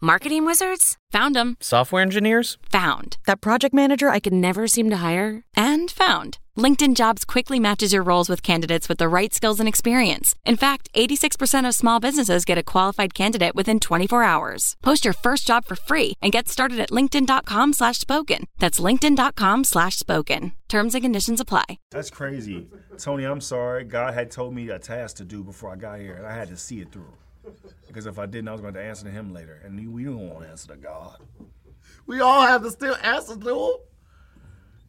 Marketing wizards? Found them. Software engineers? Found. That project manager I could never seem to hire? And found. LinkedIn Jobs quickly matches your roles with candidates with the right skills and experience. In fact, 86% of small businesses get a qualified candidate within 24 hours. Post your first job for free and get started at linkedin.com slash spoken. That's linkedin.com slash spoken. Terms and conditions apply. That's crazy. Tony, I'm sorry. God had told me a task to do before I got here, and I had to see it through. Because if I didn't, I was going to answer to him later. And we don't want to answer to God. We all have to still answer to him.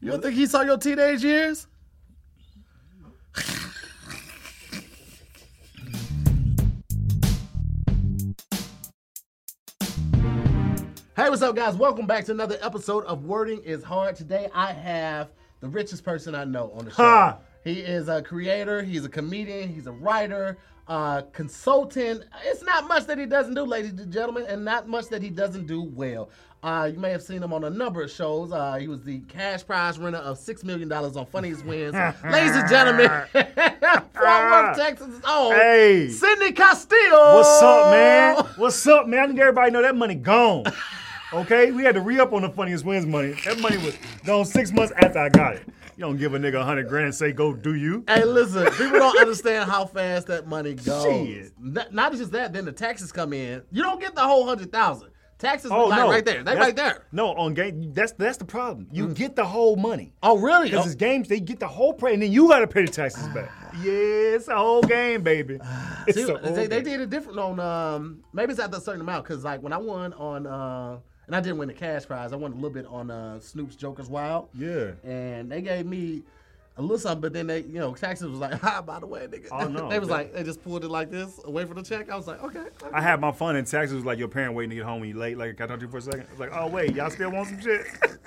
You don't think he saw your teenage years? hey, what's up, guys? Welcome back to another episode of Wording is Hard. Today, I have the richest person I know on the show. Ha! He is a creator, he's a comedian, he's a writer, uh, consultant. It's not much that he doesn't do, ladies and gentlemen, and not much that he doesn't do well. Uh, you may have seen him on a number of shows. Uh, he was the cash prize winner of $6 million on Funniest Wins. ladies and gentlemen, Fort Worth, Texas' own Hey. Sidney Castillo. What's Oh. up, man? What's up, man? I need everybody to know that money gone. Okay, we had to re-up on the funniest wins money. That money was gone six months after I got it. You don't give a nigga a hundred grand and say go do you. Hey, listen, people don't understand how fast that money goes. Shit. Not, not just that, then the taxes come in. You don't get the whole hundred thousand. Taxes Oh like no, right there. They That's- right there. Mm. No, on game. That's that's the problem. You get the whole money. Oh, really? Because Oh, it's games, they get the whole pay, and then you gotta pay the taxes back. Yeah, it's a whole game, baby. It's see, a whole they, they game. did it different on um maybe it's after a certain amount because like when I won on uh and I didn't win the cash prize, I won a little bit on uh Snoop's Joker's Wild. Yeah. And they gave me a little something, but then they you know taxes was like ah by the way nigga. Oh, no. they was That- like they just pulled it like this away from the check. I was like okay. okay. I had my fun and taxes was like your parent waiting to get home when you late. Like, can I talk to you for a second? I was like, oh wait, y'all still want some shit?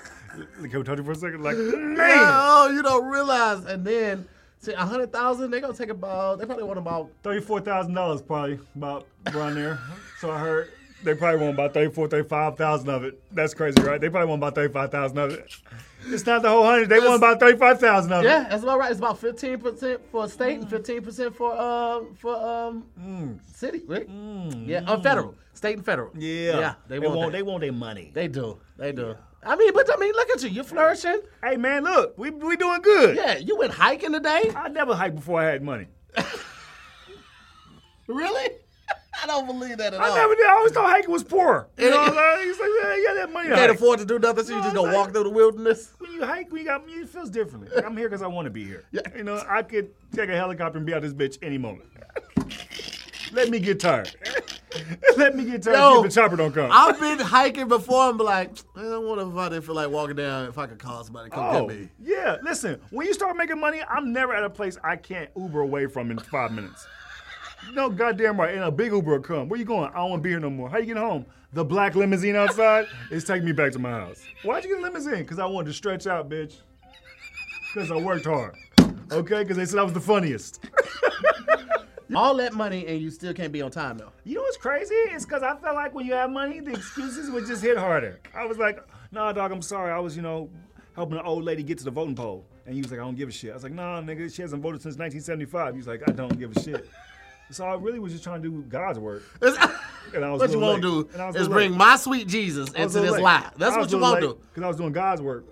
Like, can we talk to you for a second? Like, man, Oh, you don't realize. And then, see, a hundred thousand, they gonna take about. They probably want about. thirty-four thousand dollars probably about around there. So I heard they probably want about thirty-four, thirty-five thousand of it. That's crazy, right? They probably want about thirty-five thousand of it. It's not the whole hundred. They want about thirty-five thousand of Yeah, Mm. it. that's about right. It's about fifteen percent for state and fifteen percent for um for um city, right? yeah, uh, federal, state and federal. yeah, they, want. that. want their money. They, do. They do. I mean, but I mean, look at you. You're flourishing. Hey man, look, we we doing good. Yeah, you went hiking today. I never hiked before I had money. Really? I don't believe that at I all. never did. I always thought hiking was poor. You It- know, like, it's like, yeah, yeah, that money. to Can't hike. afford to do nothing, so you No, just it's gonna like- walk through the wilderness. when you hike, we got it feels differently. Like, I'm here because I want to be here. You know, I could take a helicopter and be out this bitch any moment. Let me get tired. Let me get tired. Yo, see if the chopper don't come. I've been hiking before and be like, I don't want if I didn't feel like walking down if I could call somebody to come Oh, get me. yeah. Listen, when you start making money, I'm never at a place I can't Uber away from in five minutes. No, goddamn right. And a big Uber will come. Where you going? I don't want to be here no more. How you getting home? The black limousine outside is taking me back to my house. Why'd you get a limousine? Because I wanted to stretch out, bitch. Because I worked hard. Okay? Because they said I was the funniest. All that money and you still can't be on time though. You know what's crazy? It's because I felt like when you have money, the excuses would just hit harder. I was like, nah, dog, I'm sorry. I was, you know, helping an old lady get to the voting poll. And he was like, I don't give a shit. I was like, nah, nigga, she hasn't voted since 1975. He was like, I don't give a shit. So I really was just trying to do God's work. And I was what you won't won't do is bring my sweet Jesus into this life. That's what you won't do. Because I was doing God's work.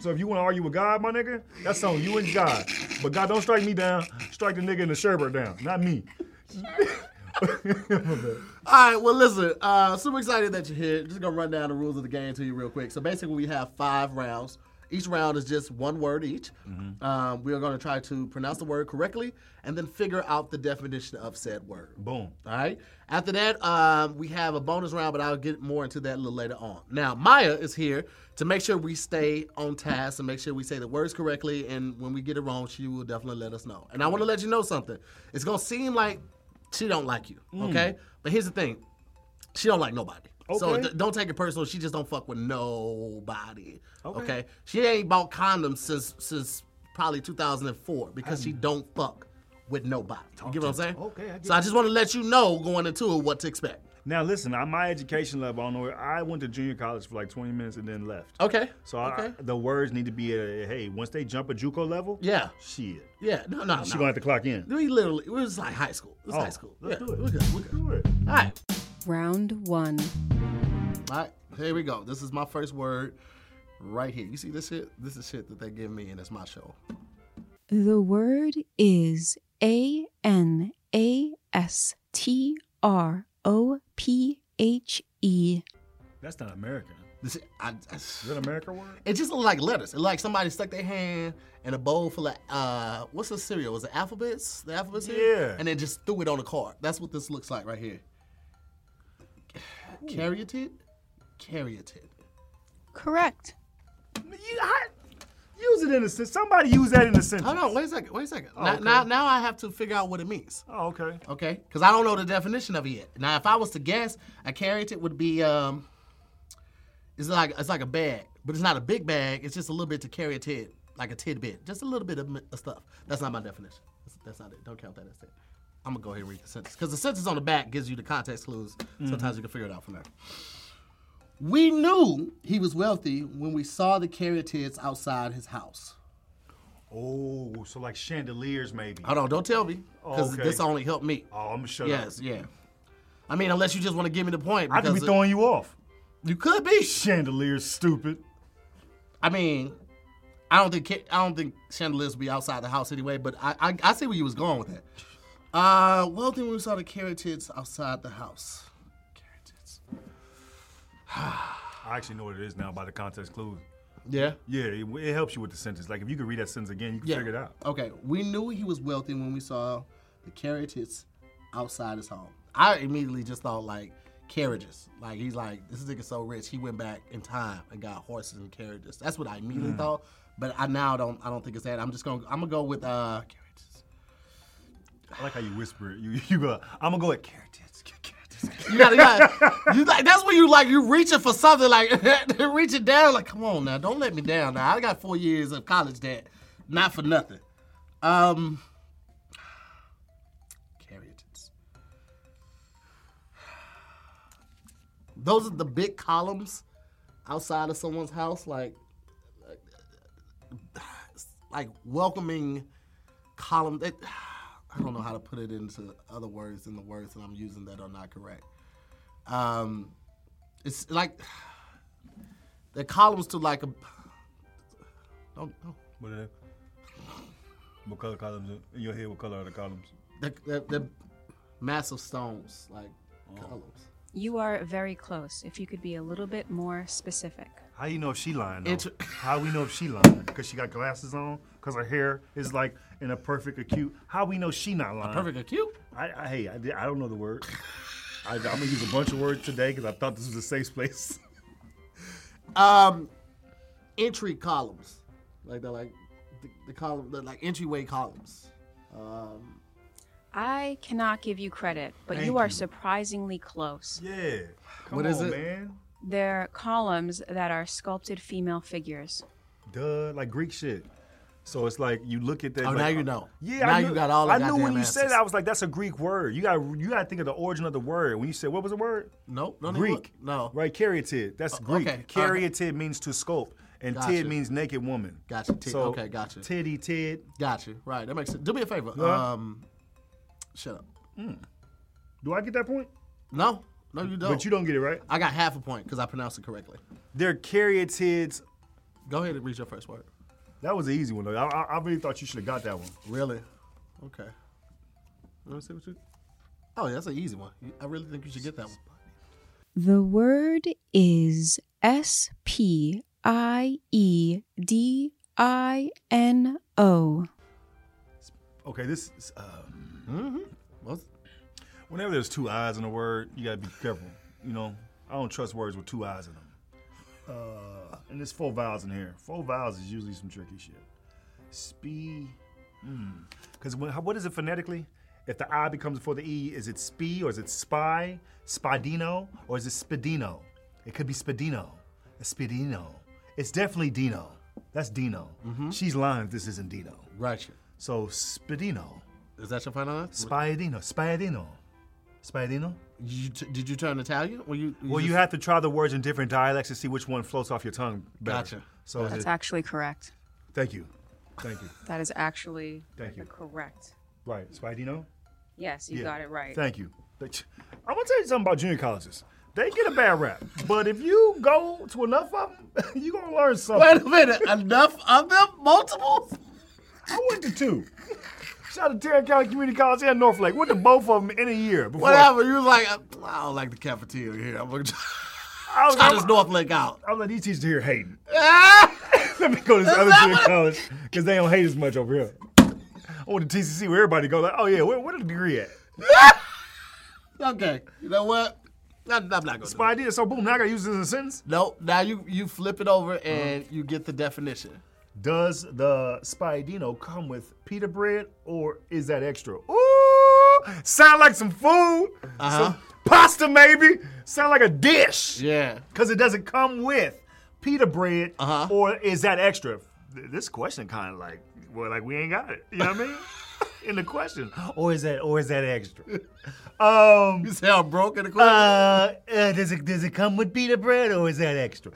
so if you want to argue with God, my nigga, that's on you and God. But God, don't strike me down. Strike the nigga in the sherbet down, not me. All right, well, listen, uh, super excited that you're here. Just gonna run down the rules of the game to you real quick. So basically, we have five rounds. Each round is just one word each. Mm-hmm. Um, we are gonna try to pronounce the word correctly and then figure out the definition of said word. Boom. All right. After that, um, we have a bonus round, but I'll get more into that a little later on. Now, Maya is here to make sure we stay on task and make sure we say the words correctly. And when we get it wrong, she will definitely let us know. And I want to let you know something. It's gonna seem like she don't like you, okay? But here's the thing: she don't like nobody. So Okay. d- don't take it personal. She just don't fuck with nobody. Okay. She ain't bought condoms since since probably 2004 because she don't fuck with nobody. You get what I'm saying? Okay, I get So I just want to let you know going into it what to expect. Now listen, I, my education level, I don't know. where- I went to junior college for like 20 minutes and then left. Okay. So I- Oh, Okay. the words need to be uh, hey, once they jump a JUCO level, Yeah. shit, Yeah. No, no, she no. gonna have to clock in. we literally, it was like high school. It was Oh, high school. Let's yeah. do it. We're good. We're good. do it. All right. Round one. All right, here we go. This is my first word right here. You see this shit? This is shit that they give me, and it's my show. The word is A N A S T R O P H E. That's not American. This I, I, Is that an American word? it just look like letters. It like somebody stuck their hand in a bowl full of uh, what's the cereal? Was it alphabets? The alphabet cereal? Yeah. And then just threw it on a card. That's what this looks like right here. Caryatid, caryatid. Correct. You, I, use it in a sentence. Somebody use that in a sentence. Hold on, wait a second. Wait a second. now, Oh, okay. now, now I have to figure out what it means. Oh, okay. Okay, because I don't know the definition of it yet. Now, if I was to guess, a carrot it would be um, it's like it's like a bag, but it's not a big bag. It's just a little bit to carry a tid, like a tidbit, just a little bit of mi- of stuff. That's not my definition. That's, that's not it. Don't count that as it. I'm gonna go ahead and read the sentence because the sentence on the back gives you the context clues. Sometimes you can figure it out from there. We knew he was wealthy when we saw the carrotids outside his house. Oh, so like chandeliers maybe. Hold on, don't tell me because Okay. this only helped me. Oh, I'm shut Yes, up. yeah. I mean, unless you just want to give me the point. I could be because it- throwing you off. You could be. Chandeliers, stupid. I mean, I don't think ca- I don't think chandeliers would be outside the house anyway. But I I, I see where you was going with that. Uh, well, then we saw the carrotids outside the house. Carrotids. I actually know what it is now by the context clues. Yeah. Yeah, it, it helps you with the sentence. Like if you could read that sentence again, you can Yeah. figure it out. Okay. We knew he was wealthy when we saw the carrotids outside his home. I immediately just thought like carriages. Like he's like this nigga so rich he went back in time and got horses and carriages. That's what I immediately Hmm. thought. But I now don't I don't think it's that. I'm just gonna I'm gonna go with uh carriages. I like how you whisper it. You you go. I'm gonna go at carrots. You gotta, you gotta- you like, that's when you like, you reaching for something, like, reaching down, like, come on now, don't let me down now. I got four years of college debt, not for nothing. Um, caryatids. Those are the big columns outside of someone's house, like, like welcoming column. That, I don't know how to put it into other words than the words that I'm using that are not correct. Um, it's like the columns to like a. Don't, don't, What are they? uh, What color columns? are- In your head, what color are the columns? the, the, the massive stones, like columns. You are very close. If you could be a little bit more specific. How you know if she lying? though? Inter- How we know if she lying? Because she got glasses on. Because her hair is like in a perfect acute. How we know she not lying? Perfect acute. I, I hey, I, di- I don't know the word. I, I'm gonna use a bunch of words today because I thought this was a safe place. Um, entry columns, like they're like the, the column, the like entryway columns. Um, I cannot give you credit, but Thank you are you. surprisingly close. Yeah. Come What on, is it? man? They're columns that are sculpted female figures. Duh, like Greek shit. So it's like you look at that. Oh, like, uh, now you know. Yeah, Now I you knew- got all the I knew when goddamn you said answers. it, I was like, "That's a Greek word." You got you got to think of the origin of the word. When you said, "What was the word?" nope, don't even Greek. look. No, Right, caryatid. That's Greek. okay, uh-huh. Caryatid means to sculpt, and Gotcha. tid means naked woman. Gotcha, tid. So, Okay, gotcha. Tiddy tid. Gotcha. Right. That makes sense. Do me a favor. Yeah. Um, shut up. Do I get that point? No, no, you don't. But you don't get it right. I got half a point because I pronounced it correctly. They're caryatids. Go ahead and read your first word. That was an easy one though. I, I, I really thought you should have got that one. Really? Okay. Let me see what you. Oh, yeah, that's an easy one. You- I really think you should get that one. The word is S P I E D I N O. Okay, this. Is, um, What's- whenever there's two eyes in a word, you gotta be careful. You know, I don't trust words with two eyes in them. Uh, and there's four vowels in here. Four vowels is usually some tricky shit. Spee. Because when how- what is it phonetically? If the I becomes before the E, is it spee or is it spy? Spadino or is it spedino? It could be spedino. It's spedino. It's definitely Dino. That's Dino. She's lying if this isn't Dino. Right. So spedino. Is that your final answer? Spiadino, Spiadino, Spadino? You t- did you turn Italian? Were you? Well, you just- have to try the words in different dialects to see which one floats off your tongue better. Gotcha. So is That's it- actually correct. thank you. Thank you. That is actually Thank you. the correct. Right, Spadino? Yes, you Yeah. got it right. Thank you. But I'm gonna tell you something about junior colleges. They get a bad rap, but if you go to enough of them, you gonna learn something. Wait a minute. Enough of them? Multiples? I went to two. Shout out to Tarrant County Community College and Northlake. Went to both of them in a year. Before Whatever. You was like, I I don't like the cafeteria here. I'm gonna try I was, I this was, North Lake out. I was like, these teachers here hating. Ah! Let me go to this Is other that junior what- college because they don't hate as much over here. I went to TCC where everybody go like, oh yeah, where, where the degree at? okay. You know what? I, I'm not gonna. do it. But I did. So boom, now I gotta use this in a sentence. Nope. Now you you flip it over and you get the definition. Does the Spidino come with pita bread or is that extra? Ooh, sound like some food. Some pasta maybe. Sound like a dish. Yeah. Because it doesn't come with pita bread Uh-huh. or is that extra? Th- This question kind of like, well, like we ain't got it. You know what I mean? In the question. Or is that, or is that extra? um, You see how broken the question? uh, uh, does it does it come with pita bread or is that extra?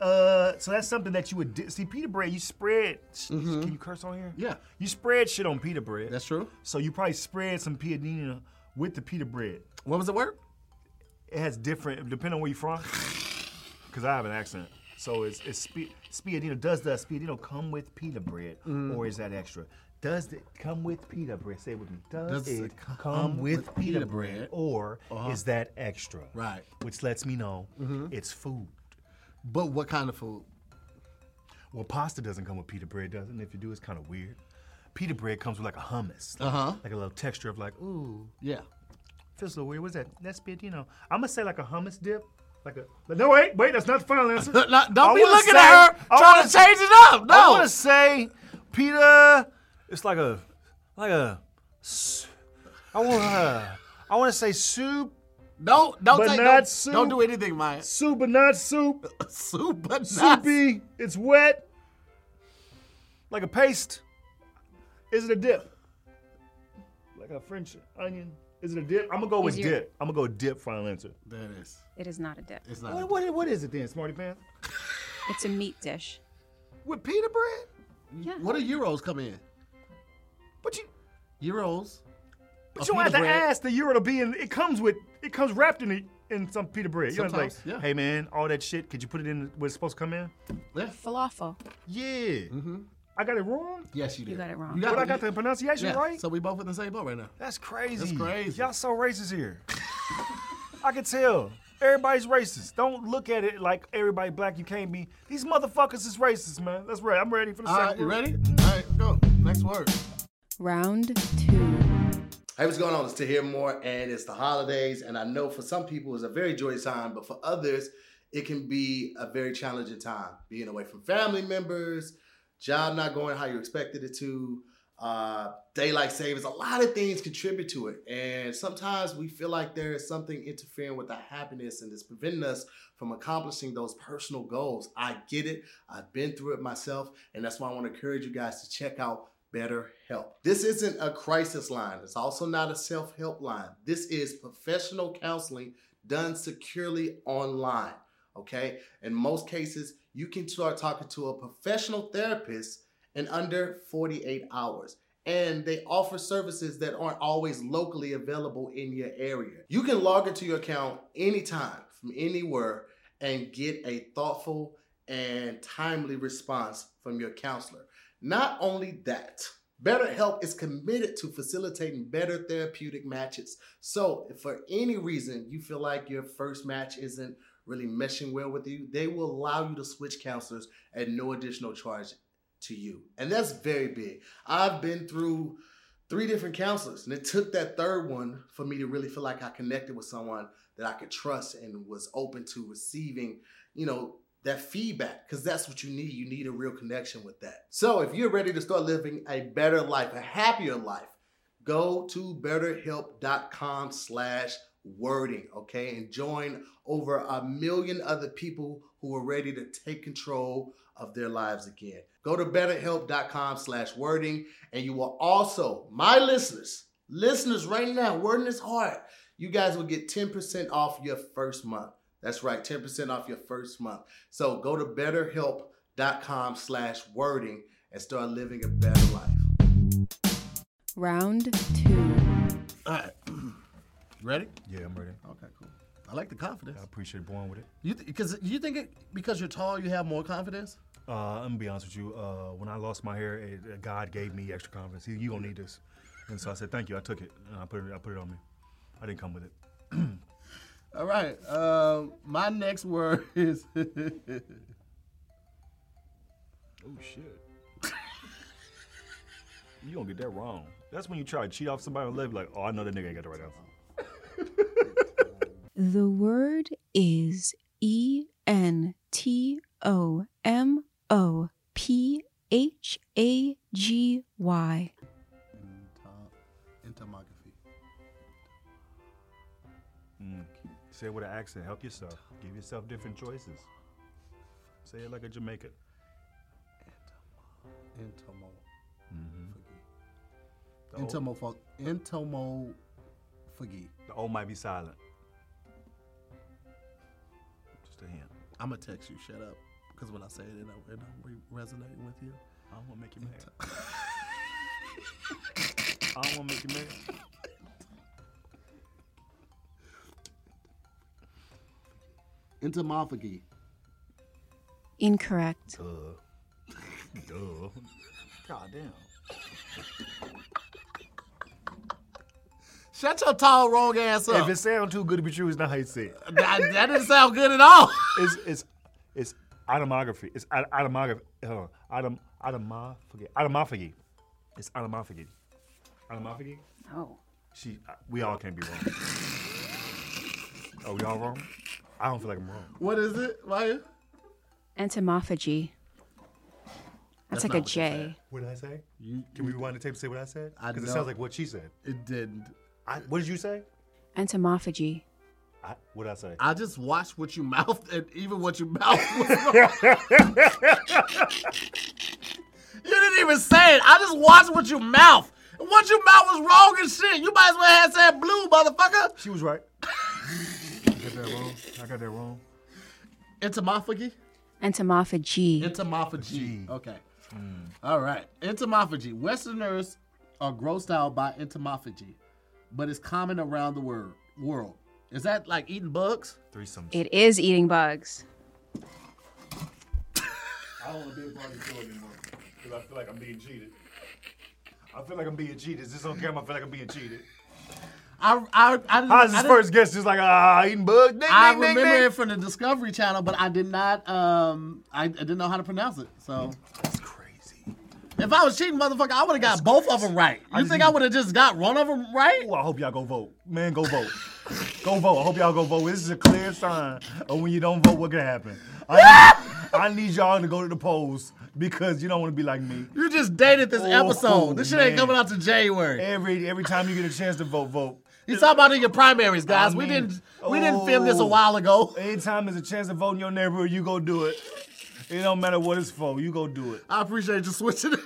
Uh, so that's something that you would di- see pita bread. You spread. sh- Can you curse on here? Mm-hmm. Yeah. You spread shit on pita bread. That's true. So you probably spread some piadina with the pita bread. What was the word? It has different depending on where you're from. Cause I have an accent. So it's it's spi- spiadino. Does the spiadino come with pita bread or is that extra? Does it come with pita bread? Say it with me. Does, Does it, it come, come with, with pita, pita bread, Uh-huh. bread? or is that extra? Right. Which lets me know it's food. But what kind of food? Well, pasta doesn't come with pita bread, does it? And if you do, it's kind of weird. Pita bread comes with like a hummus, uh-huh. like a little texture of like, ooh, Yeah. feels a little weird. What's that? That's spiadino. I'm gonna say like a hummus dip, like a. but No, wait, wait, that's not the final answer. No, don't I be wanna looking say- at her I trying wanna- to change it up. I No. want to say, Peter, it's like a, like a, s- I want to, I want to say soup, Don't don't But take not don't, soup. don't do anything, Maya. soup but not soup, Soup, but not soupy, it's wet, like a paste. Is it a dip? Like a French onion. Is it a dip? I'm gonna go with Is your- dip. I'm gonna go with dip. Final answer. There it is. It is not a dip. It's not. What, what, what is it then, Smarty Pants? It's a meat dish. With pita bread? Yeah. What do euros come in? But you, Euros. But of you don't have pita to bread. ask the euro to be in. It comes with. It comes wrapped in it in some pita bread. You know, it's like, Sometimes, yeah. hey man, all that shit. Could you put it in where it's supposed to come in? Yeah. Falafel. Yeah. Mm-hmm. I got it wrong, Yes, you did. You got it wrong. You but I got you- the pronunciation yeah. right. So we both in the same boat right now. that's crazy. That's crazy. Y'all so racist here. I can tell. Everybody's racist. Don't look at it like everybody black. You can't be. These motherfuckers is racist, man. That's right. I'm ready for the All second. right, you word. ready? All right, go. Next word. Round two. Hey, what's going on? It's to hear more, and it's the holidays. And I know for some people it's a very joyous time, but for others, it can be a very challenging time being away from family members, job not going how you expected it to, uh, daylight savings. A lot of things contribute to it, and sometimes we feel like there is something interfering with our happiness and it's preventing us from accomplishing those personal goals. I get it. I've been through it myself, and that's why I want to encourage you guys to check out BetterHelp. This isn't a crisis line. It's also not a self-help line. This is professional counseling done securely online, okay? In most cases, you can start talking to a professional therapist in under 48 hours. And they offer services that aren't always locally available in your area. You can log into your account anytime from anywhere and get a thoughtful and timely response from your counselor. Not only that, BetterHelp is committed to facilitating better therapeutic matches. So, if for any reason you feel like your first match isn't really meshing well with you, they will allow you to switch counselors at no additional charge to you. And that's very big. I've been through three different counselors, and it took that third one for me to really feel like I connected with someone that I could trust and was open to receiving, you know, that feedback because that's what you need. You need a real connection with that. So if you're ready to start living a better life, a happier life, go to betterhelp.com slash wording okay and join over a million other people who are ready to take control of their lives again go to betterhelp.com slash wording and you will also my listeners listeners right now wording is hard you guys will get 10% off your first month. That's right, 10% off your first month. So go to betterhelp.com slash wording and start living a better life. Round two. All right. You ready? Yeah, I'm ready. Okay, cool. I like the confidence. I appreciate born with it. You because you think it because you're tall, you have more confidence. Uh, I'm gonna be honest with you. Uh, when I lost my hair, it, uh, God gave me extra confidence. He, you gonna need this, and so I said thank you. I took it and I put it. I put it on me. I didn't come with it. All right. Um, my next word is Oh shit. you gonna get that wrong. That's when you try to cheat off somebody and live like, oh, I know that nigga ain't got the right answer. The word is E N T O M O P H A G Y. entomography. Mm. Say it with an accent. Help yourself. Give yourself different choices. Say it like a Jamaican. Entomo. The O- Entomo. fo- Entomo. Forget. The O might be silent. Just a hint. I'm gonna text you. Shut up. Because when I say it, it don't, it don't re- resonate with you. I don't want to make you mad. I don't want to make you mad. Entomophagy. Incorrect. Duh. Duh. God damn. Shut your tall, wrong ass up. If it sound too good to be true, it's not how you say it. that, that didn't sound good at all. It's it's it's automography. It's au- automography. Hold on. Autom automophagy. Automophagy. It's automophagy. Automophagy. No. She. I- We all can't be wrong. Are we all wrong? I don't feel like I'm wrong. What is it, Maya? Entomophagy. That's, That's like a not what they J. What did I say? Can we rewind the tape and say what I said? I Because it know. sounds like what she said. It didn't. I, what did you say? Entomophagy. I, what did I say? I just watched what you mouthed, and even what you mouthed was wrong. you didn't even say it. I just watched what you mouthed. And What you mouth was wrong and shit. You might as well have said blue, motherfucker. She was right. I got that wrong. I got that wrong. Entomophagy? Entomophagy. Entomophagy. Okay. All right. Entomophagy. Westerners are grossed out by entomophagy, but it's common around the wor- world. Is that like eating bugs? Threesome. It is eating bugs. I don't want to be a part of the show anymore because I feel like I'm being cheated. I feel like I'm being cheated. Is this on camera? I feel like I'm being cheated. I, I, I, didn't- How's I his didn't- first guess? Just like ah, eating bugs. Ding, I ding, ding, remember ding. it from the Discovery Channel, but I did not. Um, I, I didn't know how to pronounce it. So That's crazy. if I was cheating, motherfucker, I would have got both of them right. You think I would have just got one of them right? Ooh, I hope y'all go vote. Man, go vote. go vote. I hope y'all go vote. This is a clear sign of when you don't vote, what can happen. I need, I need y'all to go to the polls because you don't want to be like me. You just dated this Oh, episode. This shit ain't man. coming out to January. Every every time you get a chance to vote, vote. You talking about in your primaries, guys? I we mean, didn't. We didn't film this a oh. while ago. Anytime there's a chance to vote in your neighborhood, you go do it. It don't matter what it's for. You go do it. I appreciate you switching it.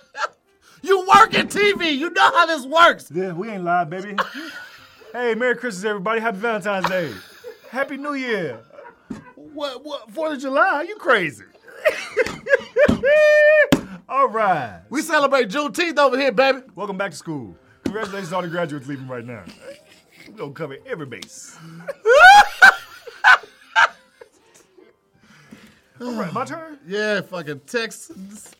you work in TV. You know how this works. Yeah, we ain't live, baby. hey, Merry Christmas, everybody. Happy Valentine's Day. Happy New Year. What, what, 4th of July? You crazy. All right. We celebrate Juneteenth over here, baby. Welcome back to school. Congratulations to all the graduates leaving right now. We're going to cover every base. All right, my turn? Yeah, fucking Texans.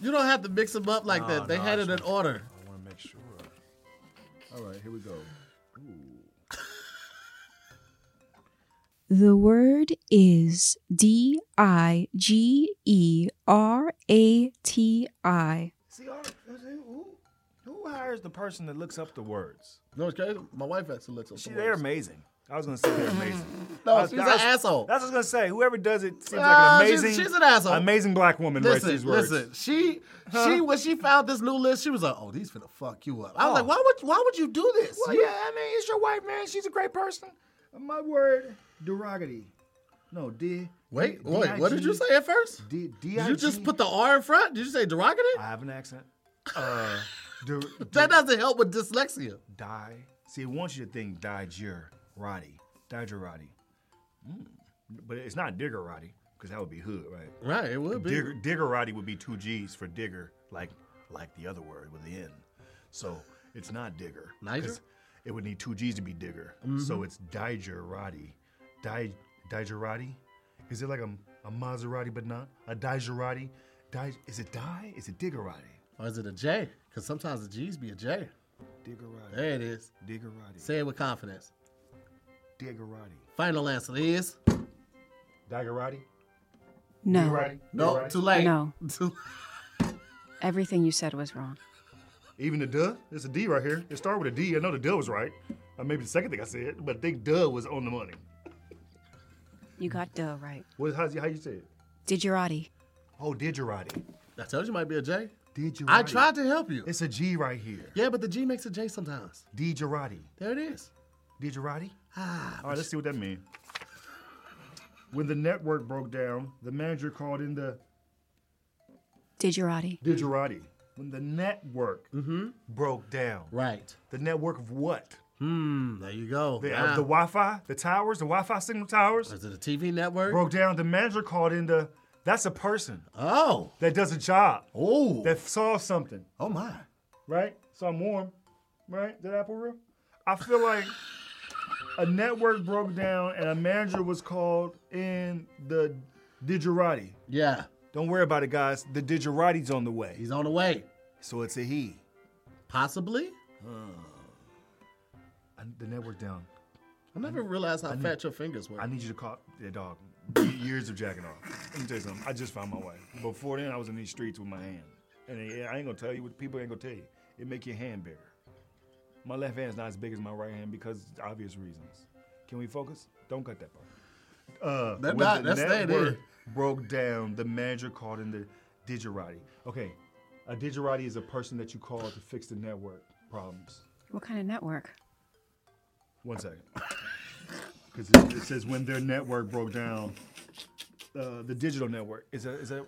You don't have to mix them up like Oh, that. They had it in order. I want to make sure. All right, here we go. The word is D I G E R A T I. See, all- who, who hires the person that looks up the words? No, it's crazy. My wife actually looks up She, some they're words. amazing. I was gonna say they're amazing. No, I was- she's I an was- asshole. That's what I was gonna say. Whoever does it seems Ah, like an she's- amazing. she's an asshole. Amazing black woman writes Listen, these words. listen. She, she, when she found this new list, she was like, "Oh, these finna fuck you up." I was Oh. like, "Why would, why would you do this?" Well, You- yeah, I mean, it's your wife, man. She's a great person. My word, derogatory. No, D. Wait, wait. What did you say at first? D. D. Did you just put the R in front? Did you say derogative? I have an accent. Uh, Dur- That doesn't help with dyslexia. Di. See, it wants you to think digerati, digerati. Mm. But it's not diggerati, because that would be hood, right? Right, it would Digger, diggerati would be two G's for digger, like like the other word with the N. So it's not digger. Neither? 'cause It would need two G's to be digger. So it's digerati. Di, digerati? Is it like a, a Maserati but not? A digerati? Di, is it di? Is it diggerati? Or is it a J? Because sometimes the G's be a J. Diggerati. There it is. Diggerati. Say it with confidence. Diggerati. Final answer is Diggerati? No. Diggerati? no. Diggerati? Too late. No. Too- Everything you said was wrong. Even the duh, there's a D right here. It started with a D. I know the duh was right. Or maybe the second thing I said, but I think duh was on the money. You got duh right. What, how's, how you say it? Digerati. Oh, digerati. I told you it might be a J. Digerati. I tried to help you. It's a G right here. Yeah, but the G makes a J sometimes. Digerati. There it is. Digerati? Ah, All right, let's see what that means. When the network broke down, the manager called in the Digerati. digerati. When the network Mm-hmm. broke down, right. the network of what? Hmm. There you go. The, Now, of the Wi-Fi, the towers, the Wi-Fi signal towers is it a TV network? broke down. The manager called in the. That's a person Oh. that does a job. Oh. that solves something, oh my. right? So I'm warm, right? That apple real? I feel like a network broke down and a manager was called in the digerati. Yeah. Don't worry about it, guys. The digerati's on the way. He's on the way. So it's a he. Possibly. I, the network down. I never realized how fat your fingers were. I need you to call yeah, dog. Ye- Years of jacking off. Let me tell you something. I just found my wife. Before then, I was in these streets with my hand. And I- I ain't gonna tell you what people ain't gonna tell you. It make your hand bigger. My left hand's not as big as my right hand because obvious reasons. Can we focus? Don't cut that part. Uh, when That- that- the that's that network is. broke down. The manager called in the digerati. Okay, a digerati is a person that you call to fix the network problems. What kind of network? One second. Because it, it says when their network broke down, uh, the digital network. Is that, is that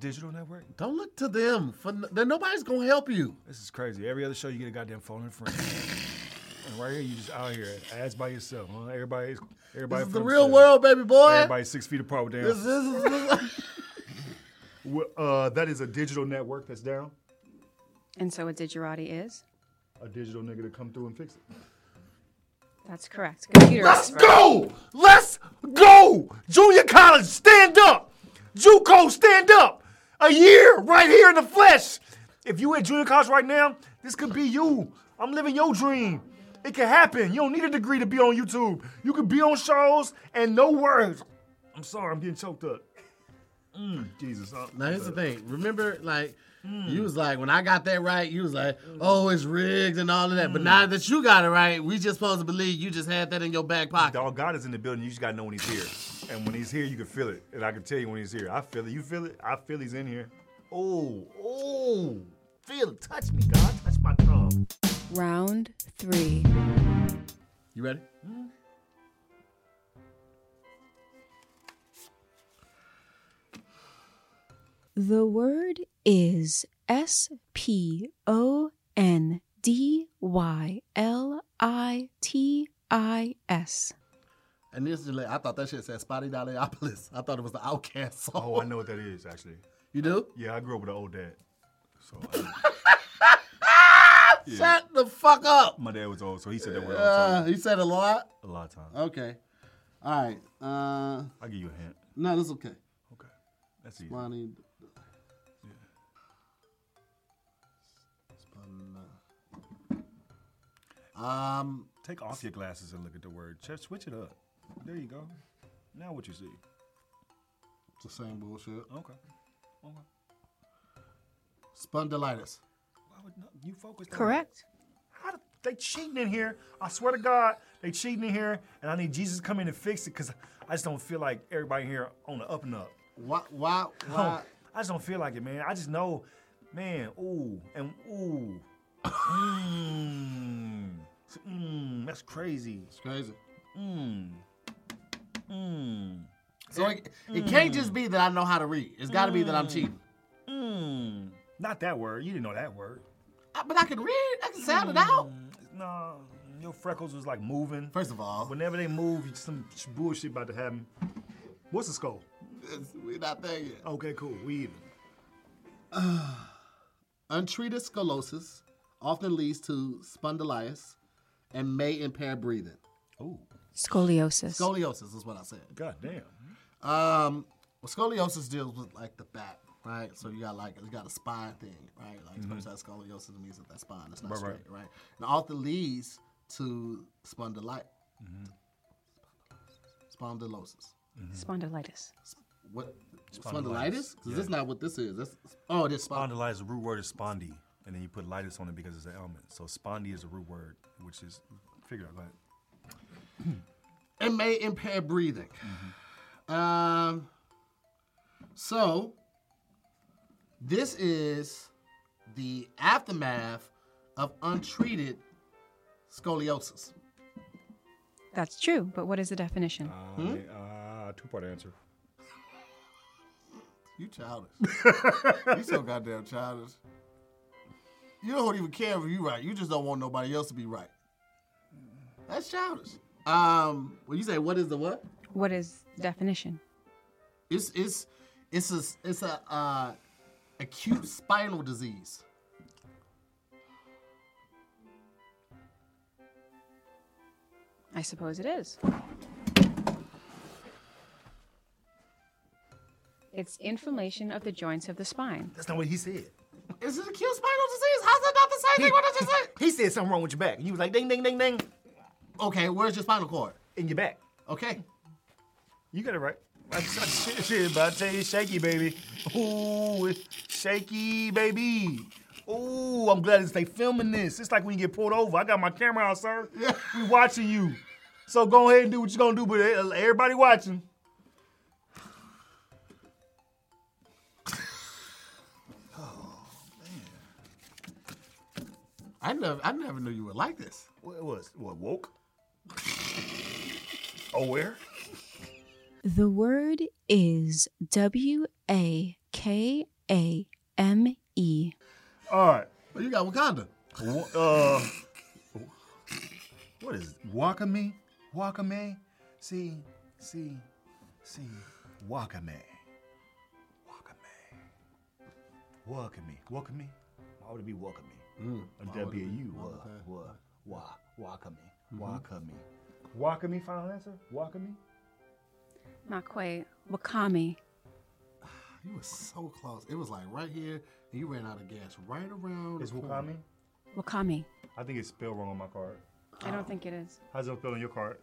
digital network? Don't look to them. For n- then nobody's gonna help you. This is crazy. Every other show, you get a goddamn phone in front. and right here, you just out here, ass by yourself. Huh? Everybody's, everybody. This is for the real themselves. world, baby boy. Everybody six feet apart with their This is- this is- Well, uh, That is a digital network that's down. And so a digerati is? A digital nigga to come through and fix it. That's correct. Computer Let's expert. go! Let's go! Junior college, stand up! JUCO, stand up! A year right here in the flesh! If you at junior college right now, this could be you. I'm living your dream. It can happen. You don't need a degree to be on YouTube. You could be on shows and no words. I'm sorry, I'm getting choked up. Mm, Jesus. I- Now here's the thing. Remember, like you was like when I got that right, you was like, "Oh, it's rigged and all of that." But now that you got it right, we just supposed to believe you just had that in your back pocket. Dog, God is in the building. You just gotta know when he's here, and when he's here, you can feel it. And I can tell you when he's here. I feel it. You feel it. I feel he's in here. Oh, oh, feel it. Touch me, God. Touch my thumb. Round three. You ready? The word is S P O N D Y L I T I S. And this is like I thought that shit said Spotty Dialiopolis. I thought it was the Outcast song. Oh, I know what that is actually. You do? Yeah, I grew up with an old dad. So I, Shut the fuck up. my dad was old, so he said that word all the time. Uh, he said a lot. a lot of times. Okay. All right. Uh, I'll give you a hint. no, that's okay. Okay, that's easy. Spotty. Um. Take off your glasses and look at the word. Ch- Switch it up. There you go. Now what you see? It's the same bullshit. Okay. Okay. Spondylitis. Why would not, you focus? on- Correct. How the, they cheating in here? I swear to God, they cheating in here, and I need Jesus to come in and fix it because I just don't feel like everybody here on the up and up. Why? Why? Why? I just don't feel like it, man. I just know, man. Ooh and ooh. Mmm. Mmm. That's crazy. It's crazy. Mmm. Mmm. So it, it can't just be that I know how to read. It's got to be that I'm cheating. Mm. Mmm. Not that word. You didn't know that word. I, but I could read. I can sound it out. No, your freckles was like moving. First of all, Whenever they move, some sh- bullshit about to happen. What's the score? we're not there yet. Okay, cool. We even. Untreated scoliosis often leads to spondylitis and may impair breathing. Oh, Scoliosis. Scoliosis is what I said. god damn. Um, well, scoliosis deals with like the back, right? So you got like you got a spine thing, right? Like especially that scoliosis it means that that spine is not Mm-hmm. Right, straight, right. right? And often leads to spondylitis. Mm-hmm. Spondylosis. Spondylitis. What? Spondylitis, Spondylitis? Because this is not what this is. That's oh, this spond- Spondylitis, the root word is spondy, and then you put litis on it because it's an ailment. So spondy is a root word, which is figure it out. Go ahead. it may impair breathing. Um, so this is the aftermath of untreated scoliosis. That's true, but what is the definition? Uh, two-part answer. You childish. you so goddamn childish. You don't even care if you right. You just don't want nobody else to be right. That's childish. Um, when you say what is the what? What is the definition? It's it's it's a it's a uh, acute spinal disease. I suppose it is. It's inflammation of the joints of the spine. That's not what he said. Is it acute spinal disease? How's that not the same thing? What I just said? He said something wrong with your back. You was like ding, ding, ding, ding, Okay, where's your spinal cord? in your back. Okay. You got it right. I just, I just- shit, shit, but I tell you, shaky, baby. Ooh, it's shaky, baby. Ooh, I'm glad it's they filming this. It's like when you get pulled over. I got my camera out, sir. We watching you. So go ahead and do what you gonna do, but eh, everybody watching. I never I never knew you were like this. What was? What, woke? Oh, Aware? The word is W A K A M E. All right. Well, you got Wakanda. Wa- Uh, what is Wakame? Wakame? See, see, see, Wakame. Wakame. Wakame. Wakame? Why would it be Wakame? Mm. A W. Wa, wa, wa, Wakame. Wakame. Wakame, final answer? Wakame? Not quite. Wakami. You were so close. It was like right here, and you ran out of gas right around. Is the corner. Wakame? Wakami. I think it's spelled wrong on my card. I don't think it is. How's it spelled on your card?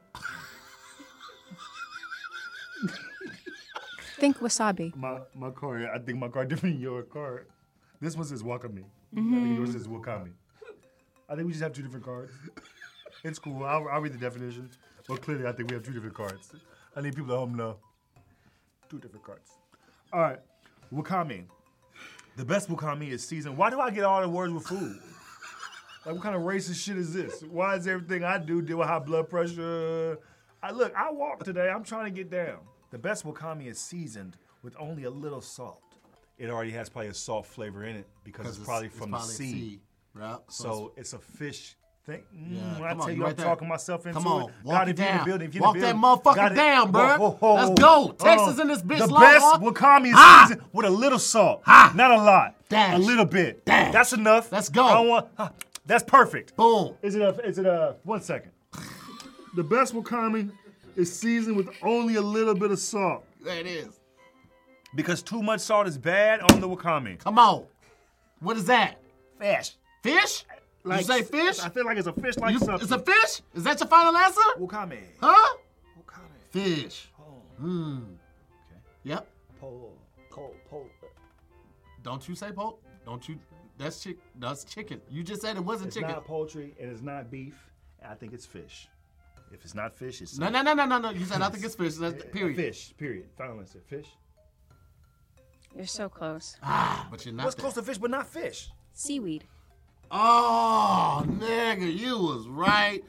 Think wasabi. My my card. I think my card different than your card. This one says Wakame. I think yours says Wakame. I think we just have two different cards. It's cool. I'll, I'll read the definition. But clearly, I think we have two different cards. I need people at home to know. Two different cards. All right. Wakame. The best wakame is seasoned. Why do I get all the words with food? Like, what kind of racist shit is this? Why is everything I do deal with high blood pressure? I look, I walk today. I'm trying to get down. The best wakame is seasoned with only a little salt. It already has probably a salt flavor in it because it's, probably from the sea. right? So it's a fish thing. Mm, Yeah, when I come on, tell you you, right I'm there. talking myself into Come on, it. walk God, if it you in down. the building, if you Walk in the that building, motherfucker God, it- down, bruh. Whoa, whoa, Let's whoa. go. Hold on. Texas in this bitch, The live best on. wakame is Ha! seasoned with a little salt, Ha! not a lot, Dash. a little bit. Dash. That's enough. Let's go. I don't want. ha, That's perfect. boom. Is it a? Is it a? One second. the best wakame is seasoned with only a little bit of salt There it is. because too much salt is bad on the wakame. Come on. What is that? Fish. Fish? you say fish? I feel like it's a fish like You- something. it's a fish? Is that your final answer? wakame. Huh? Wakame. Fish. Pole. Mmm. Oh. Okay. Yep. Pole. Pole. Pole. Don't you say poke? Don't you? That's chick. That's chicken. You just said it wasn't It's chicken. not poultry and it's not beef. and I think it's fish. If it's not fish, it's Eh, No, no, no, no, no, no. You said I think it's fish. That's period. Fish. Period. Final answer. Fish. You're so close. Ah, but you're not. What's there. close to fish but not fish? Seaweed. Oh, nigga, you was right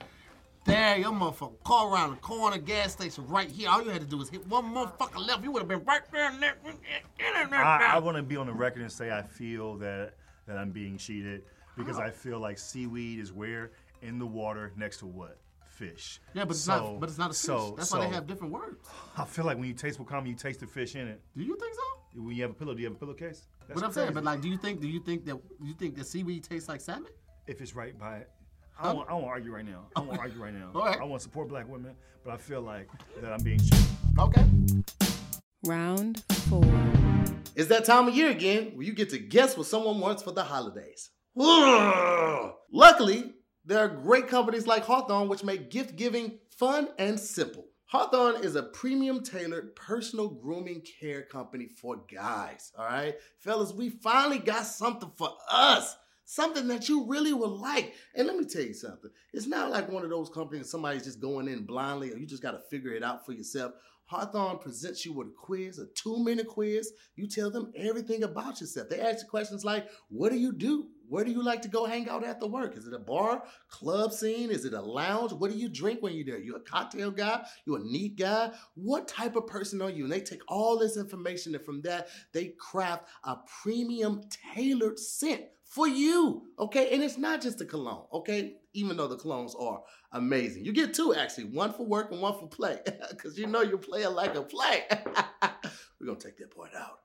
there. Your motherfucker car around the corner, gas station right here. All you had to do was hit one motherfucker left. You would have been right there. In Ah, there, in there, in there. I, I want to be on the record and say I feel that that I'm being cheated. because I feel like seaweed is where in the water next to what fish. Yeah, but it's So- not. But it's not a fish. so- That's why so they have different words. I feel like when you taste wakame, you taste the fish in it. Do you think so? When you have a pillow, do you have a pillowcase? That's But I'm saying, crazy. but like, do you think? Do you think that? Do you think that seaweed tastes like salmon? if it's right by it. I don't, I don't argue right now. I don't argue right now. All right. I want to support black women, but I feel like that I'm being shit. Okay. Round four. It's that time of year again where you get to guess what someone wants for the holidays. Ugh. Luckily, there are great companies like Hawthorne which make gift giving fun and simple. Hawthorne is a premium tailored personal grooming care company for guys. All right, fellas, we finally got something for us. Something that you really will like. And let me tell you something. It's not like one of those companies somebody's just going in blindly or you just got to figure it out for yourself. Hawthorne presents you with a quiz, a two minute quiz. You tell them everything about yourself. They ask you questions like, What do you do? Where do you like to go hang out after work? Is it a bar, club scene? Is it a lounge? What do you drink when you're there? You a cocktail guy? You a neat guy? What type of person are you? And they take all this information and from that, they craft a premium tailored scent for you. Okay. And it's not just a cologne. Okay. Even though the colognes are amazing. You get two actually, one for work and one for play, because you know you're playing like a play. We're gonna take that point out.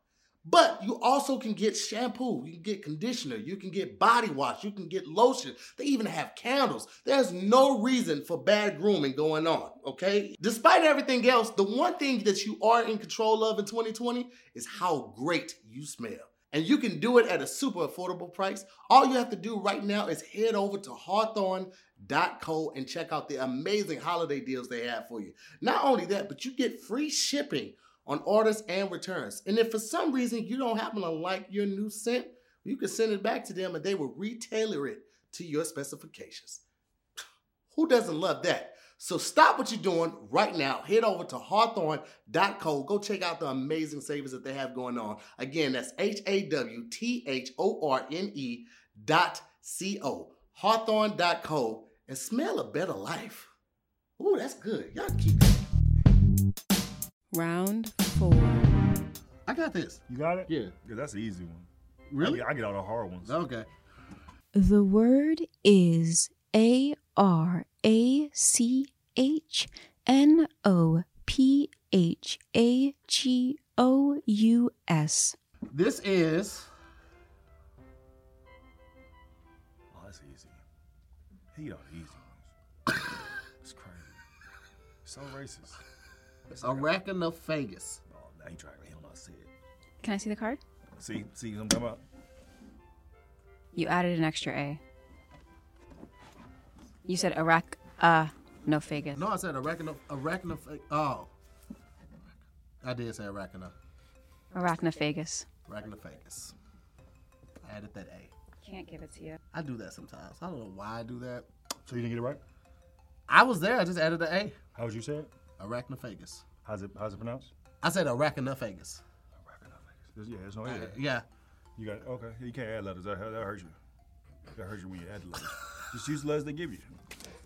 But you also can get shampoo, you can get conditioner, you can get body wash, you can get lotion. They even have candles. There's no reason for bad grooming going on, okay? Despite everything else, the one thing that you are in control of in 2020 is how great you smell. And you can do it at a super affordable price. All you have to do right now is head over to Hawthorne.co and check out the amazing holiday deals they have for you. Not only that, but you get free shipping on orders and returns. And if for some reason you don't happen to like your new scent, you can send it back to them and they will retailor it to your specifications. Who doesn't love that? So stop what you're doing right now. Head over to hawthorne.co. Go check out the amazing savings that they have going on. Again, that's H A W T H O R N E dot C O. Hawthorne.co and smell a better life. Ooh, that's good. Y'all keep that. Round four. I got this. You got it? Yeah. Yeah, that's an easy one. Really? I get, I get all the hard ones. Okay. The word is A R A C H N O P H A G O U S. This is Oh, that's easy. He get all the easy ones. it's crazy. So racist. arachnophagus. Oh, now he trying. He don't know how to say it. Can I see the card? See, see what I'm talking about? You added an extra A. You said Iraq, uh, no faggot. No, I said arachno arachnophagus. Oh, I did say arachno Arachnophagus. arachnophagus. I added that A. Can't give it to you. I do that sometimes. I don't know why I do that. So you didn't get it right? I was there. I just added the A. How would you say it? Arachnophagus. How's it How's it pronounced? I said arachnophagus. There's, yeah, there's no air. Yeah. You got okay. You can't add letters. That, that hurts you. That hurts you when you add letters. Just use the letters they give you.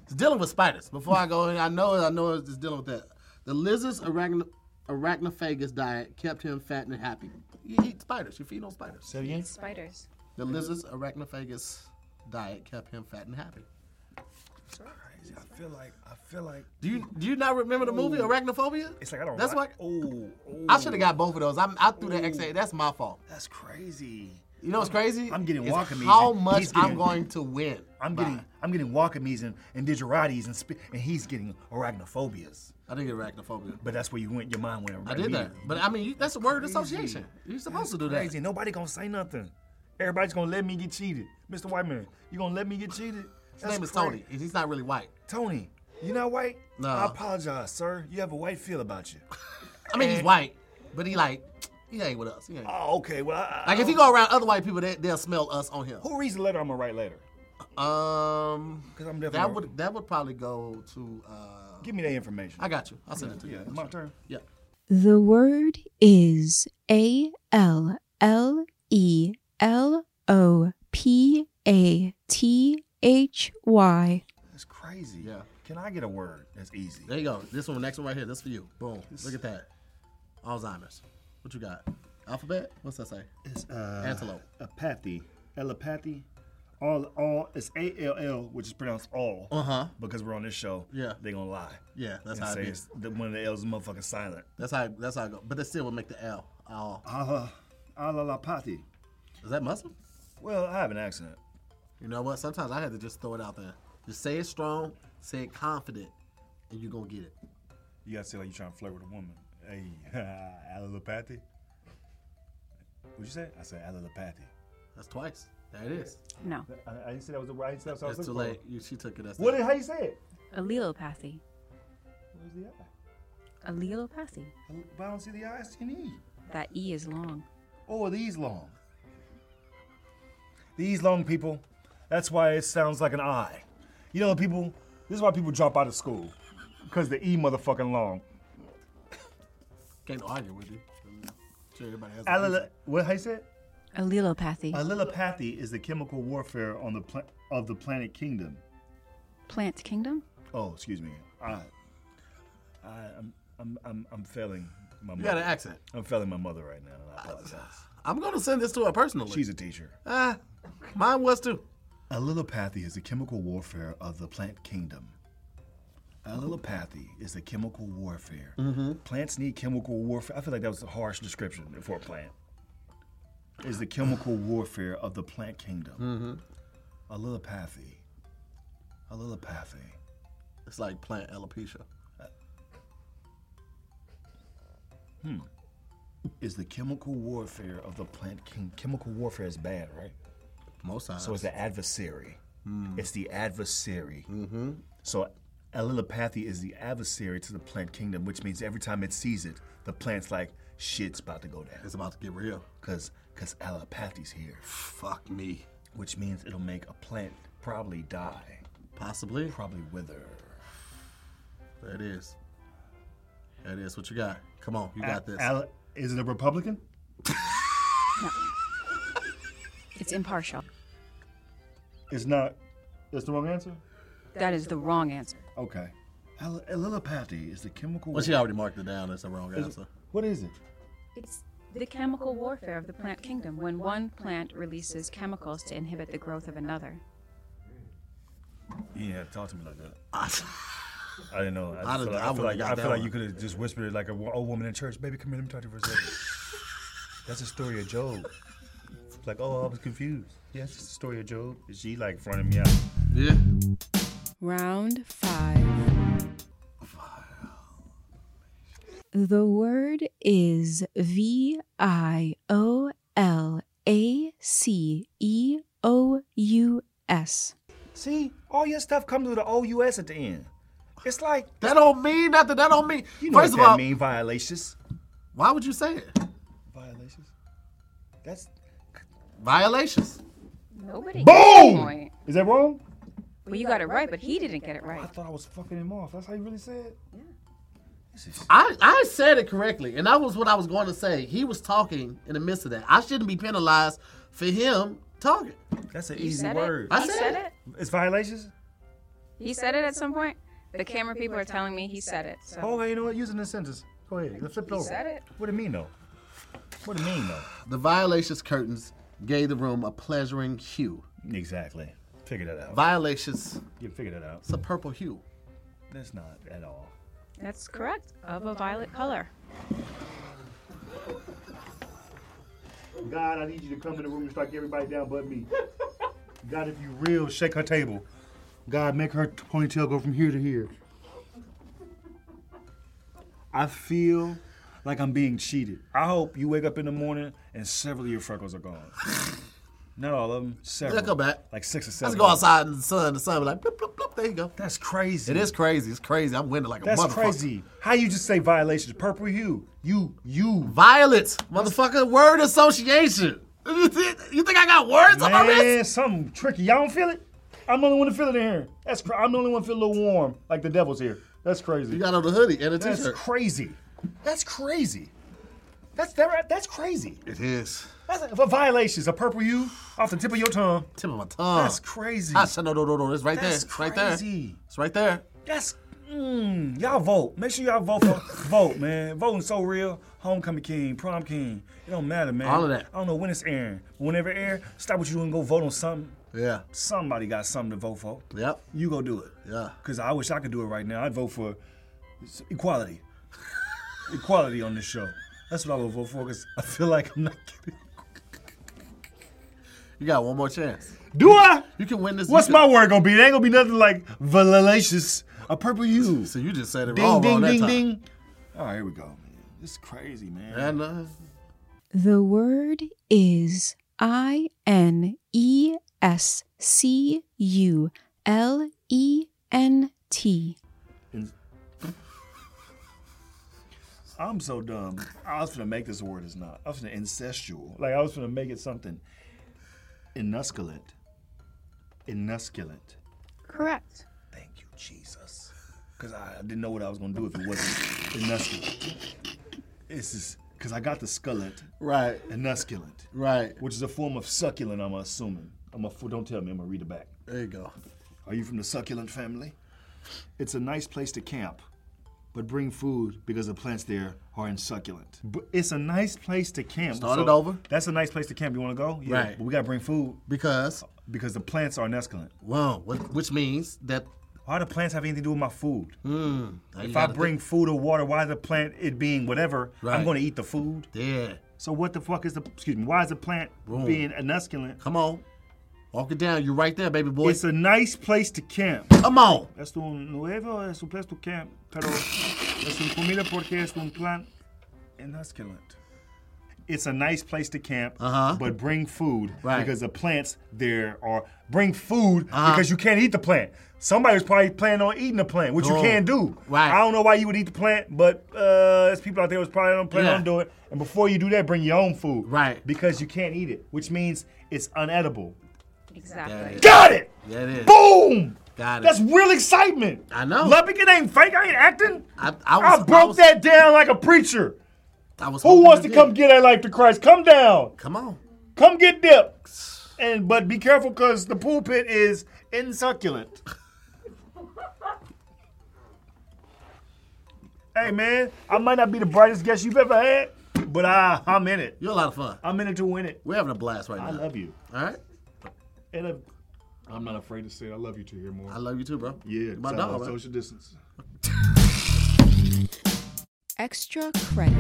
It's dealing with spiders. Before I go in, I know I know it's just dealing with that. The lizard's arachno- arachnophagus diet kept him fat and happy. You eat spiders. You feed on spiders. Say it again. Spiders. The lizard's arachnophagus diet kept him fat and happy. It's crazy. I feel like I feel like Do you do you not remember the movie Arachnophobia? it's like I don't. That's like, why Oh, I should have got both of those. I'm, I threw that XA. That's my fault. That's crazy. You know what's crazy? I'm getting Is Wakamies How and much he's getting- I'm going to win? I'm by. getting I'm getting wakamis and, and digeratis and sp- and he's getting arachnophobias. I didn't get arachnophobia. But that's where you went. Your mind went. I did that, immediately. but I mean you, that's a word association. You're supposed to do that. Crazy. Nobody gonna say nothing. Everybody's gonna let me get cheated. Mr. White Man, you gonna let me get cheated? His name is crazy. Tony, and he's not really white. Tony, you not white? No. I apologize, sir. You have a white feel about you. I mean he's white, but he like he ain't with us. He ain't. Oh, okay. Well, I, I, Like if you go around other white people, they, they'll smell us on him. who reads the letter? I'm gonna write later. Um, 'Cause I'm definitely that not- would that would probably go to. Uh, Give me that information. I got you. I'll send it to yeah, you. my turn. Yeah. The word is A L L E L O P A T H Y. That's crazy. Yeah. Can I get a word that's easy? There you go. This one, next one right here. This for you. Boom. Look at that. Alzheimer's. What you got? Alphabet? What's that say? It's uh, Antelope. apathy, elopathy, all all it's A L L, which is pronounced all. Uh huh. Because we're on this show. Yeah. They gonna lie. Yeah, that's and how uh-huh. say it it's is. the, one of the L's is motherfucking silent. That's how. That's how I go. But that still would make the L. Oh, Ala Alalapati. is that Muslim? Well, I have an accent. You know what? Sometimes I had to just throw it out there. Just say it strong, say it confident, and you gonna get it. You gotta say like you trying to flirt with a woman. Hey, allelopathy. What'd you say? I said allelopathy. That's twice. There it is. No. I, I didn't say that was the right. I didn't say that That's too late. You, she took it as What? How you say it? Allelopathy. Where's the eye? Allelopathy. But I don't see the eye. I see an E. That E is long. Oh, are these long? These long people. That's why it sounds like an I. You know, people. This is why people drop out of school because the E motherfucking long. Can't argue with you. Sure, everybody has. a Allele- reason. what? How you say it? E. Allelopathy. Allelopathy is the chemical warfare on the pla- of the planet kingdom. Plant kingdom? Oh, excuse me. I, I, I'm, I'm, I'm, I'm failing my You mother. got an accent. Ah, I'm failing my mother right now. And I apologize. I'm gonna send this to her personally. She's a teacher. ah, mine was too. Allelopathy is the chemical warfare of the plant kingdom. Allelopathy is the chemical warfare. Plants need chemical warfare. I feel like that was a harsh description for a plant. Is the chemical warfare of the plant kingdom. Allelopathy. Allelopathy. It's like plant alopecia. Is the chemical warfare of the plant king. Chemical warfare is bad, right? Most times. So it's the adversary. Hmm. It's the adversary. Mm-hmm. So allelopathy is the adversary to the plant kingdom, which means every time it sees it, the plant's like, shit's about to go down. it's about to get real. Because cause allelopathy's here, Fuck me. which means it'll make a plant probably die, Possibly. probably wither. There it is. There it is. What you got? Come on, you got this. is it a Republican? It's impartial. It's not. It's the wrong answer? That is the wrong answer. Okay. Alle- Allelopathy is the chemical. well, she already marked it down. That's the wrong Is it- answer. what is it? It's the chemical warfare of the plant kingdom when one plant releases chemicals to inhibit the growth of another. You didn't have to talk to me like that. I didn't know. I I, just feel like, done- I I feel would've like, got I that feel like one. you could have just whispered it like an old woman in church. Baby, come here. Let me talk to you for a second. That's the story of Job. It's like, oh, I was confused. Yes, it's the story of Job. She like fronted me out. yeah. Round five. The word is V I O L A C E O U S. See, all your stuff comes with an OUS at the end. It's like That don't mean nothing. That don't mean. You know First what of that all, mean violations. why would you say it? Violations. That's Violations. Nobody. Oh! boom. Is that wrong? Well, you got it right, but he didn't get it I right. thought I was fucking him off. That's how you really said it. Yeah. This is I, I said it correctly, and that was what I was going to say. He was talking in the midst of that. I shouldn't be penalized for him talking. That's an He easy said word. it. I He said said it. it. it's violations. He said it at some point. The camera people are telling me he said it. So Okay, you know what? Using the sentence. Go ahead. Let's flip it He over. said it. What do you mean though? What do you mean though? The violations curtains gave the room a pleasuring hue. Exactly. Figure that out. Violations, you figure that out. it's a purple hue. That's not at all. that's correct. Of a violet color. God, I need you to come in the room and strike everybody down but me. God, if you real, shake her table. God, make her ponytail go from here to here. I feel like I'm being cheated. I hope you wake up in the morning and several of your freckles are gone. Not all of them, several. They'll come back. Like six or Let's seven. go outside in the sun. The sun be like, bloop, bloop, bloop. There you go. That's crazy. It is crazy. It's crazy. I'm winning like a That's motherfucker. crazy. How you just say violations? Purple hue. You, you. Violets, motherfucker. Word association. you think I got words on my wrist? Man, something tricky. Y'all don't feel it? I'm the only one to feel it in here. That's cra- I'm the only one to feel a little warm, like the devil's here. That's crazy. You got on a hoodie and a that's t-shirt. crazy. That's crazy. That's that, that's crazy. it is. That's a, for violations, a purple you off the tip of your tongue. Tip of my tongue. That's crazy. I said, no, no, no, no. It's right That's there. It's Right there. crazy. It's right there. That's mm, y'all vote. Make sure y'all vote for vote, man. Voting so real. Homecoming king, prom king. It don't matter, man. All of that. I don't know when it's airing. But whenever it air, stop what you doing and go vote on something. Yeah. Somebody got something to vote for. Yep. You go do it. Yeah. Because I wish I could do it right now. I'd vote for s- equality. equality on this show. That's what I would vote for because I feel like I'm not getting. You got one more chance. Do I? You can win this. What's you can- my word gonna be? There ain't gonna be nothing like valacious. A purple you. So you just said it Ding, wrong, ding, wrong that ding, time. ding. All right, here we go. Man. This is crazy, man. And, uh, The word is I N E S C U L E N T. And- I'm so dumb. I was gonna make this a word is not. I was gonna incestual. Like I was gonna make it something. Inusculate. Inusculate. Correct. Thank you, Jesus. Because I didn't know what I was going to do if it wasn't inusculate. This is because I got the skullet, right, inusculate, right. which is a form of succulent, I'm assuming. I'm a fool. Don't tell me, I'm going to read it back. There you go. Are you from the succulent family? It's a nice place to camp, but bring food because the plants there are in succulent. But it's a nice place to camp. Start it over. That's a nice place to camp. You want to go? Yeah. Right. But we got to bring food Because, because the plants are inusculate. well, what- which means that hmm, Why do plants have anything to do with my food? you If I gotta bring food or water, why the plant it being whatever? Right. I'm going to eat the food. Yeah. So what the fuck is the? Excuse me. Why is the plant Boom. being inusculate? Come on. Walk it down. You're right there, baby boy. It's a nice place to camp. Come on. Es un nuevo, es un place to camp, pero es un comida porque es un plant inusculate. It's a nice place to camp, Uh-huh. but bring food Right. Uh-huh. because the plants there are. Bring food because you can't eat the plant. Somebody was probably planning on eating the plant, which Oh, you can do. right. I don't know why you would eat the plant, but uh, there's people out there was probably on planning Yeah. on doing it. And before you do that, bring your own food. Right. Because you can't eat it, which means it's unedible. Exactly. Got it! Yeah, it is. Boom! Got it. That's real excitement. I know. Lubbock, it ain't fake. I ain't acting. I, I, I, was, broke I was- that down like a preacher. I was Who hoping wants to did. come get that life to Christ? Come down. Come on. Come get dipped. And but be careful because the pulpit is insucculent. hey man, I might not be the brightest guest you've ever had, but I I'm in it. You're a lot of fun. I'm in it to win it. We're having a blast right I now. love you. All right. And I, I'm not afraid to say it. I love you to hear more. I love you too, bro. yeah, My so- dog, bro. social distance. Extra credit.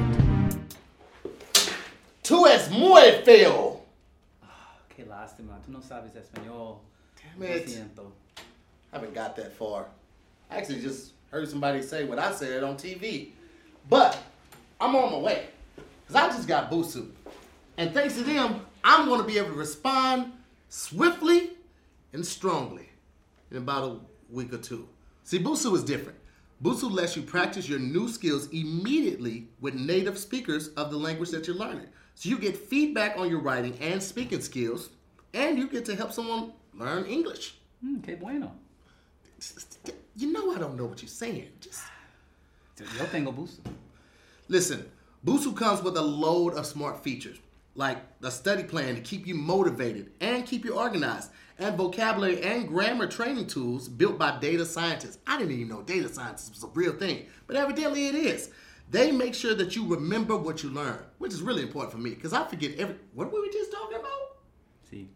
Tú es muy feo. Qué lástima, tú no sabes español. Damn it. Lo siento. I haven't got that far. I actually just heard somebody say what I said on TV. But I'm on my way. Because I just got Busu. And thanks to them, I'm going to be able to respond swiftly and strongly in about a week or two. See, Busu is different. Busu lets you practice your new skills immediately with native speakers of the language that you're learning. So you get feedback on your writing and speaking skills, and you get to help someone learn English. Mm, qué bueno. You know I don't know what you're saying. Just Yo tengo buzo. listen. Busu comes with a load of smart features, like a study plan to keep you motivated and keep you organized, and vocabulary and grammar training tools built by data scientists. I didn't even know data scientists was a real thing, but evidently it is. They make sure that you remember what you learn, which is really important for me because I forget every. What were we just talking about? Sí.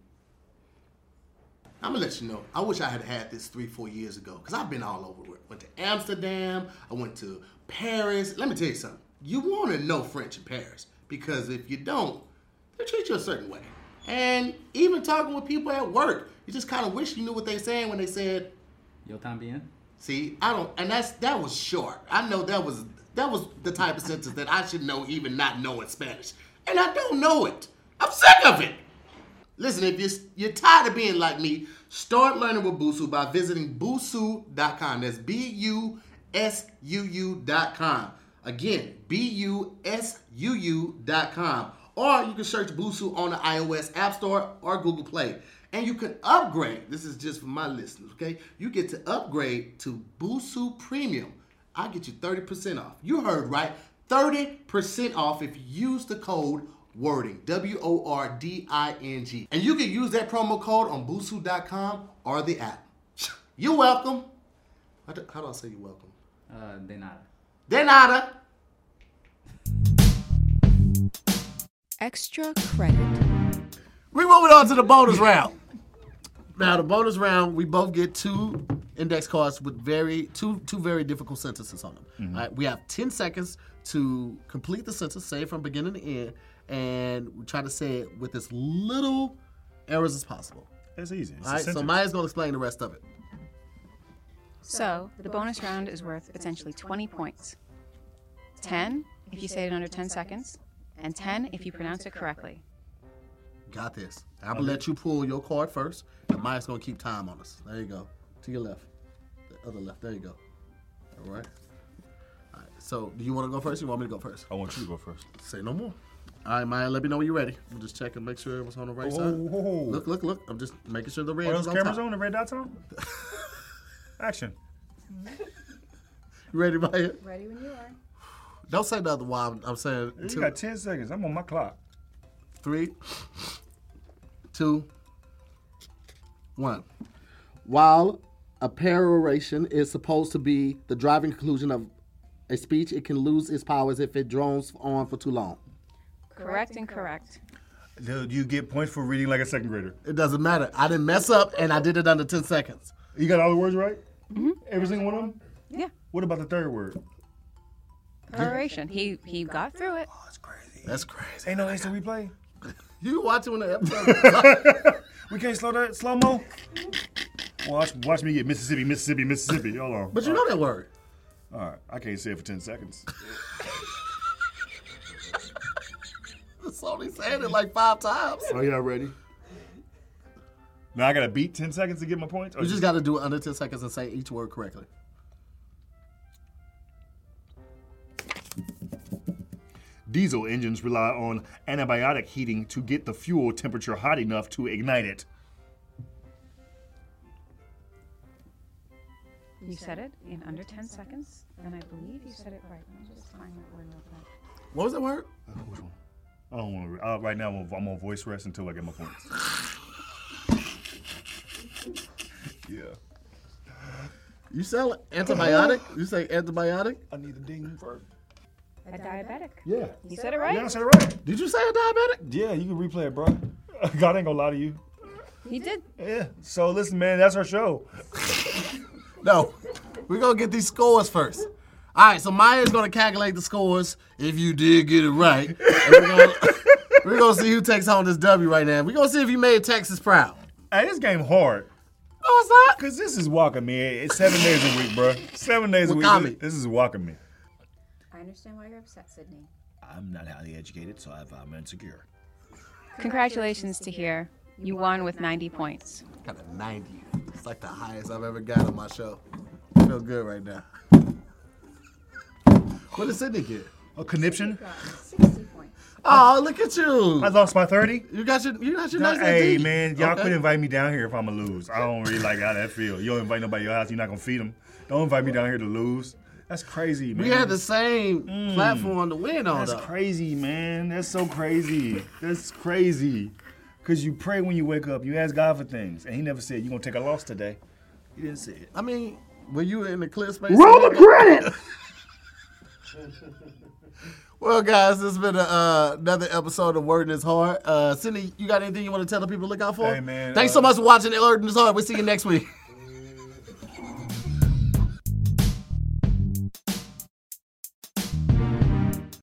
I'm gonna let you know. I wish I had had this three, four years ago, cause I've been all over. it. Went to Amsterdam. I went to Paris. Let me tell you something. You want to know French in Paris because if you don't, they treat you a certain way. And even talking with people at work, you just kind of wish you knew what they saying when they said, Yo también. "See, I don't." And that's that was short. I know that was that was the type of sentence that I should know, even not knowing Spanish. And I don't know it. I'm sick of it. Listen, if you're, you're tired of being like me, start learning with Busu by visiting busu.com. That's B U S U U.com. Again, B U S U U.com. Or you can search Busu on the iOS App Store or Google Play. And you can upgrade. This is just for my listeners, okay? You get to upgrade to Busu Premium. I'll get you 30% off. You heard right. 30% off if you use the code wording w-o-r-d-i-n-g and you can use that promo code on busu.com or the app you're welcome how do, how do i say you're welcome Uh, de nada. de nada Extra credit. We're moving on to the bonus round. Now the bonus round, we both get two index cards with very two two very difficult sentences on them. Mm-hmm. All right, we have ten seconds to complete the sentence, say it from beginning to end, and we try to say it with as little errors as possible. That's easy. It's a All right, so sentence. Maya's gonna explain the rest of it. So the bonus round is worth essentially 20 points 10 if you say it in under 10 seconds, and 10 if you pronounce it correctly. Got this. I'm gonna let you pull your card first, and Maya's gonna keep time on us. There you go. To your left, the other left. There you go. All right. All right. So, do you want to go first? Or you want me to go first? I want you to go first. Say no more. All right, Maya, let me know when you're ready. I'm just checking, make sure it was on the right side. Whoa. Look, look, look. I'm just making sure the red Are is those on cameras top. on the red dots on? Action. You ready, Maya? Ready when you are. Don't say nothing while I'm, I'm saying You two, got 10 seconds. I'm on my clock. three, two, one. While a peroration is supposed to be the driving conclusion of a speech, it can lose its powers if it drones on for too long. Correct and correct. Dude, you get points for reading like a second grader. It doesn't matter. I didn't mess up, and I did it under 10 seconds. You got all the words right? Mm-hmm. Every single one of them? Yeah. What about the third word? Peroration. He he got through it. That's crazy. That's crazy. Ain't no instant replay. You watching when the episode? We can't slow that slow mo. Watch, watch me get Mississippi, Mississippi, Mississippi. Hold on. but you know that word. All right, I can't say it for ten seconds. It's only saying it like five times. Are y'all ready? Now I gotta beat ten seconds to get my points. Or You just got to do it under 10 seconds and say each word correctly. Diesel engines rely on antibiotic heating to get the fuel temperature hot enough to ignite it. You said it in under 10 seconds, and I believe you said it right. Let me just find that word real quick. What was that word? Which one? I don't want to. Uh, right now, I'm on voice rest until I get my points. yeah. You sell antibiotic? You say antibiotic? I need a ding first. A diabetic. Yeah. You said it right. Yeah, I said it right. Did you say a diabetic? Yeah, you can replay it, bro. God ain't gonna lie to you. He did. Yeah. So listen, man, that's our show. No. We're going to get these scores first. All right, so Maya's going to calculate the scores if you did get it right. And we're gonna- we're going to see who takes home this W right now. We're going to see if you made Texas proud. Hey, this game hard. No, it's not. Cause this is walking me. It's seven days a week, bro. Seven days a week. Wakami. This is walking me. I understand why you're upset, Sydney. I'm not highly educated, so I've- I'm insecure. Congratulations to here. You won with 90 points. Got a 90. It's like the highest I've ever got on my show. I feel good right now. What did Sydney get? A conniption? Got 60 points. Oh, look at you. I lost by 30. You got your, you got your nice Hey, ID. man, y'all Okay. could invite me down here if I'm going to lose. I don't really like how that feel. You don't invite nobody to your house, you're not going to feed them. Don't invite me down here to lose. That's crazy, man. We had the same platform to win on, Mm. That's though. crazy, man. That's so crazy. That's crazy. Because you pray when you wake up, you ask God for things, and He never said, You're going to take a loss today. He didn't say it. I mean, when you were in the clear space. credit! Well, guys, this has been a, uh, another episode of Wording is Hard. Uh, Cindy, you got anything you want to tell the people to look out for? Hey, man, Thanks uh, so much for watching Wording is Hard. We'll see you next week.